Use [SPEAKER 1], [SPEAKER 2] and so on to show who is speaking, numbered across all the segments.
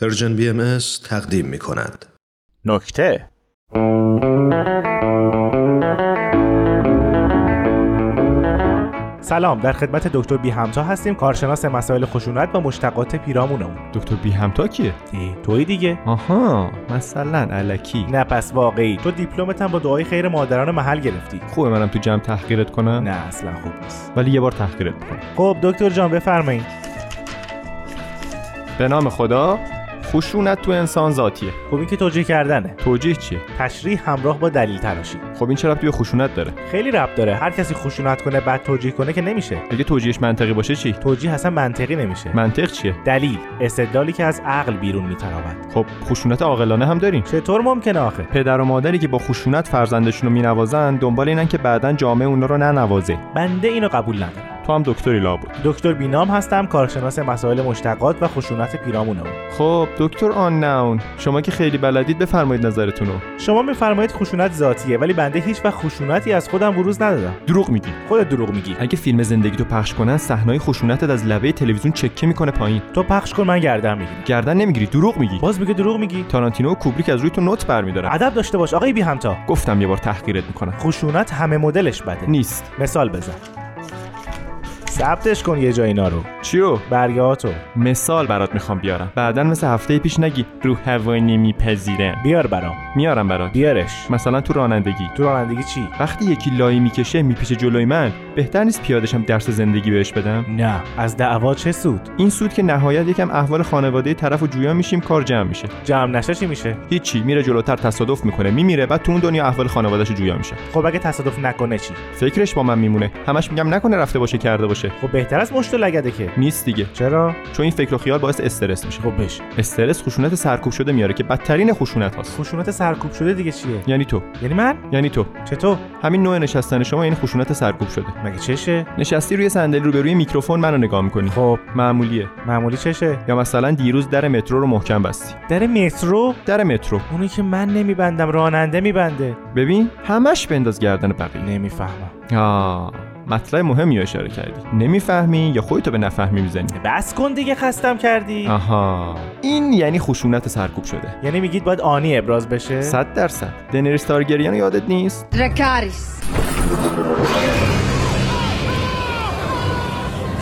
[SPEAKER 1] پرژن بی ام از تقدیم می کند.
[SPEAKER 2] نکته سلام در خدمت دکتر بی همتا هستیم کارشناس مسائل خشونت و مشتقات پیرامونمون
[SPEAKER 3] دکتر بی همتا کیه؟
[SPEAKER 2] ای، توی دیگه
[SPEAKER 3] آها مثلا علکی
[SPEAKER 2] نه پس واقعی تو دیپلمت هم با دعای خیر مادران محل گرفتی
[SPEAKER 3] خوبه منم تو جمع تحقیرت کنم
[SPEAKER 2] نه اصلا خوب نیست
[SPEAKER 3] ولی یه بار تحقیرت میکنم
[SPEAKER 2] خب دکتر جان بفرمایید
[SPEAKER 3] به نام خدا خشونت تو انسان ذاتیه
[SPEAKER 2] خب این که توجیه کردنه
[SPEAKER 3] توجیه چیه
[SPEAKER 2] تشریح همراه با دلیل تراشی
[SPEAKER 3] خب این چه ربطی به خشونت داره
[SPEAKER 2] خیلی رب داره هر کسی خشونت کنه بعد توجیه کنه که نمیشه
[SPEAKER 3] اگه توجیهش منطقی باشه چی
[SPEAKER 2] توجیه اصلا منطقی نمیشه
[SPEAKER 3] منطق چیه
[SPEAKER 2] دلیل استدلالی که از عقل بیرون میتراود
[SPEAKER 3] خب خشونت عاقلانه هم داریم
[SPEAKER 2] چطور ممکنه آخه
[SPEAKER 3] پدر و مادری که با خشونت فرزندشون رو مینوازن دنبال اینن که بعدا جامعه اونا رو ننوازه
[SPEAKER 2] بنده اینو قبول ندارم
[SPEAKER 3] تو هم دکتری لابد
[SPEAKER 2] دکتر بینام هستم کارشناس مسائل مشتقات و خشونت پیرامونمون
[SPEAKER 3] خب دکتر آن نون شما که خیلی بلدید بفرمایید نظرتون رو
[SPEAKER 2] شما میفرمایید خشونت ذاتیه ولی بنده هیچ و خشونتی از خودم بروز ندادم
[SPEAKER 3] دروغ میگی
[SPEAKER 2] خودت دروغ میگی
[SPEAKER 3] اگه فیلم زندگی تو پخش کنن صحنای خشونتت از لبه تلویزیون چکه میکنه پایین
[SPEAKER 2] تو پخش کن من گردن میگیرم
[SPEAKER 3] گردن نمیگیری دروغ میگی
[SPEAKER 2] باز میگه دروغ میگی
[SPEAKER 3] تارانتینو و کوبریک از روی تو نوت برمیدارن
[SPEAKER 2] ادب داشته باش آقای بی همتا
[SPEAKER 3] گفتم یه بار تحقیرت میکنم خب،
[SPEAKER 2] خشونت همه مدلش بده
[SPEAKER 3] نیست
[SPEAKER 2] مثال بزن ثبتش کن یه جا اینا رو
[SPEAKER 3] چیو
[SPEAKER 2] برگهاتو
[SPEAKER 3] مثال برات میخوام بیارم بعدا مثل هفته پیش نگی رو هوای نمیپذیرم
[SPEAKER 2] بیار برام
[SPEAKER 3] میارم برات
[SPEAKER 2] بیارش
[SPEAKER 3] مثلا تو رانندگی
[SPEAKER 2] تو رانندگی چی
[SPEAKER 3] وقتی یکی لای میکشه میپیچه جلوی من بهتر نیست پیادشم درس زندگی بهش بدم
[SPEAKER 2] نه از دعوا چه سود
[SPEAKER 3] این سود که نهایت یکم احوال خانواده طرف و جویا میشیم کار جمع میشه
[SPEAKER 2] جمع نشه چی میشه
[SPEAKER 3] هیچی میره جلوتر تصادف میکنه میمیره بعد تو اون دنیا احوال خانوادهش رو جویا میشه
[SPEAKER 2] خب اگه تصادف نکنه چی
[SPEAKER 3] فکرش با من میمونه همش میگم نکنه رفته باشه کرده باشه
[SPEAKER 2] خب بهتر از مشت و لگده که
[SPEAKER 3] نیست دیگه
[SPEAKER 2] چرا
[SPEAKER 3] چون این فکر و خیال باعث استرس میشه
[SPEAKER 2] خب بشه
[SPEAKER 3] استرس خشونت سرکوب شده میاره که بدترین خشونت هاست
[SPEAKER 2] خشونت سرکوب شده دیگه چیه
[SPEAKER 3] یعنی تو
[SPEAKER 2] یعنی من
[SPEAKER 3] یعنی تو
[SPEAKER 2] چطور
[SPEAKER 3] همین نوع نشستن شما این خشونت سرکوب شده
[SPEAKER 2] مگه چشه
[SPEAKER 3] نشستی روی صندلی روبروی میکروفون منو نگاه میکنی
[SPEAKER 2] خب
[SPEAKER 3] معمولیه
[SPEAKER 2] معمولی چشه
[SPEAKER 3] یا مثلا دیروز در مترو رو محکم بستی
[SPEAKER 2] در مترو
[SPEAKER 3] در مترو
[SPEAKER 2] اونی که من نمیبندم راننده میبنده
[SPEAKER 3] ببین همش بنداز گردن بقیه
[SPEAKER 2] نمیفهمم
[SPEAKER 3] آه مطلب مهمی رو اشاره کردی نمیفهمی یا خودتو به نفهمی میزنی
[SPEAKER 2] بس کن دیگه خستم کردی
[SPEAKER 3] آها این یعنی خشونت سرکوب شده
[SPEAKER 2] یعنی میگید باید آنی ابراز بشه
[SPEAKER 3] صد درصد دنریس تارگریان رو یادت نیست
[SPEAKER 4] Dracarys.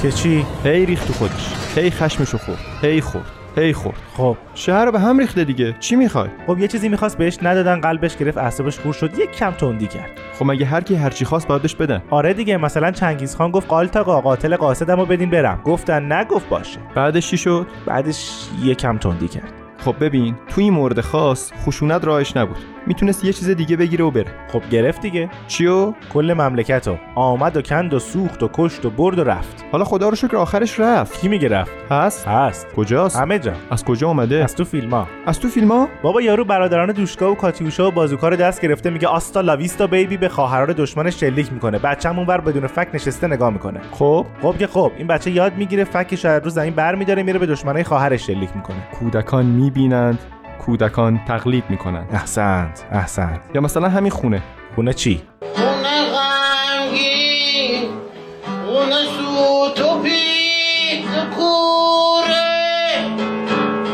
[SPEAKER 2] که چی
[SPEAKER 3] هی ریخت تو خودش هی خشمشو خورد هی خورد هی خورد
[SPEAKER 2] خب
[SPEAKER 3] شهر رو به هم ریخته دیگه چی میخوای
[SPEAKER 2] خب یه چیزی میخواست بهش ندادن قلبش گرفت اعصابش خور شد یک کم تندی کرد
[SPEAKER 3] خب مگه هر کی هر چی خواست باید بهش بدن
[SPEAKER 2] آره دیگه مثلا چنگیز خان گفت قالتاقا قاتل قاصدمو بدین برم گفتن نگفت باشه
[SPEAKER 3] بعدش چی شد
[SPEAKER 2] بعدش یه کم تندی کرد
[SPEAKER 3] خب ببین تو این مورد خاص خشونت راهش نبود میتونست یه چیز دیگه بگیره و بره
[SPEAKER 2] خب گرفت دیگه
[SPEAKER 3] چیو
[SPEAKER 2] کل مملکت رو آمد و کند و سوخت و کشت و برد و رفت
[SPEAKER 3] حالا خدا رو شکر آخرش رفت
[SPEAKER 2] کی میگه رفت
[SPEAKER 3] هست
[SPEAKER 2] هست
[SPEAKER 3] کجاست
[SPEAKER 2] همه جا
[SPEAKER 3] از کجا آمده
[SPEAKER 2] از تو فیلما
[SPEAKER 3] از تو فیلما
[SPEAKER 2] بابا یارو برادران دوشکا و کاتیوشا و بازوکا رو دست گرفته میگه آستا لاویستا بیبی به خواهرار دشمنش شلیک میکنه بچه‌م اونور بدون فک نشسته نگاه میکنه
[SPEAKER 3] خب
[SPEAKER 2] خب که خب این بچه یاد میگیره فکش رو روز زمین برمیداره میره به دشمنای خواهرش شلیک میکنه
[SPEAKER 3] کودکان میبینند کودکان تقلید میکنند
[SPEAKER 2] احسنت احسنت
[SPEAKER 3] یا مثلا همین خونه
[SPEAKER 2] خونه چی
[SPEAKER 5] خونه غمگین خونه سوت و پیت و کوره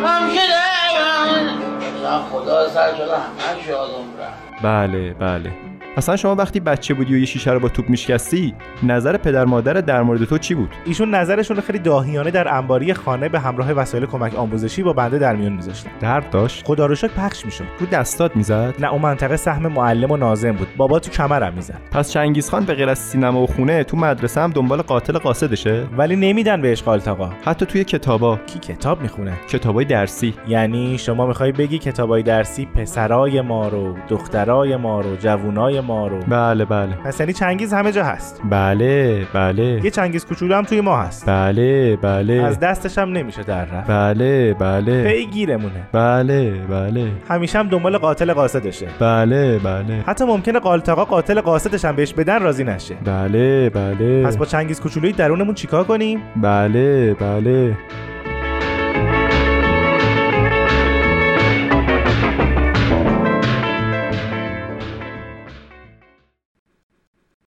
[SPEAKER 5] همیشه درم خدا سر شده همه یادم رفت
[SPEAKER 3] بله بله اصلا شما وقتی بچه بودی و یه شیشه رو با توپ میشکستی نظر پدر مادرت در مورد تو چی بود
[SPEAKER 2] ایشون نظرشون رو خیلی داهیانه در انباری خانه به همراه وسایل کمک آموزشی با بنده در میون میذاشتن
[SPEAKER 3] درد داشت
[SPEAKER 2] خدا رو شکر پخش میشد
[SPEAKER 3] رو دستات میزد
[SPEAKER 2] نه اون منطقه سهم معلم و نازم بود بابا تو کمرم میزد
[SPEAKER 3] پس چنگیز خان به غیر از سینما و خونه تو مدرسه هم دنبال قاتل قاصدشه
[SPEAKER 2] ولی نمیدن بهش قالتاقا
[SPEAKER 3] حتی توی کتابا
[SPEAKER 2] کی کتاب میخونه
[SPEAKER 3] کتابای درسی
[SPEAKER 2] یعنی شما میخوای بگی کتابای درسی پسرای ما رو دخترای ما رو جوونای ما رو
[SPEAKER 3] بله بله
[SPEAKER 2] پس یعنی چنگیز همه جا هست
[SPEAKER 3] بله بله
[SPEAKER 2] یه چنگیز کوچولو هم توی ما هست
[SPEAKER 3] بله بله
[SPEAKER 2] از دستش هم نمیشه در رفت
[SPEAKER 3] بله بله
[SPEAKER 2] پیگیرمونه
[SPEAKER 3] بله بله
[SPEAKER 2] همیشه هم دنبال قاتل قاصدشه
[SPEAKER 3] بله بله
[SPEAKER 2] حتی ممکنه قالتاقا قاتل قاصدش هم بهش بدن راضی نشه
[SPEAKER 3] بله بله
[SPEAKER 2] پس با چنگیز کوچولوی درونمون چیکار کنیم
[SPEAKER 3] بله بله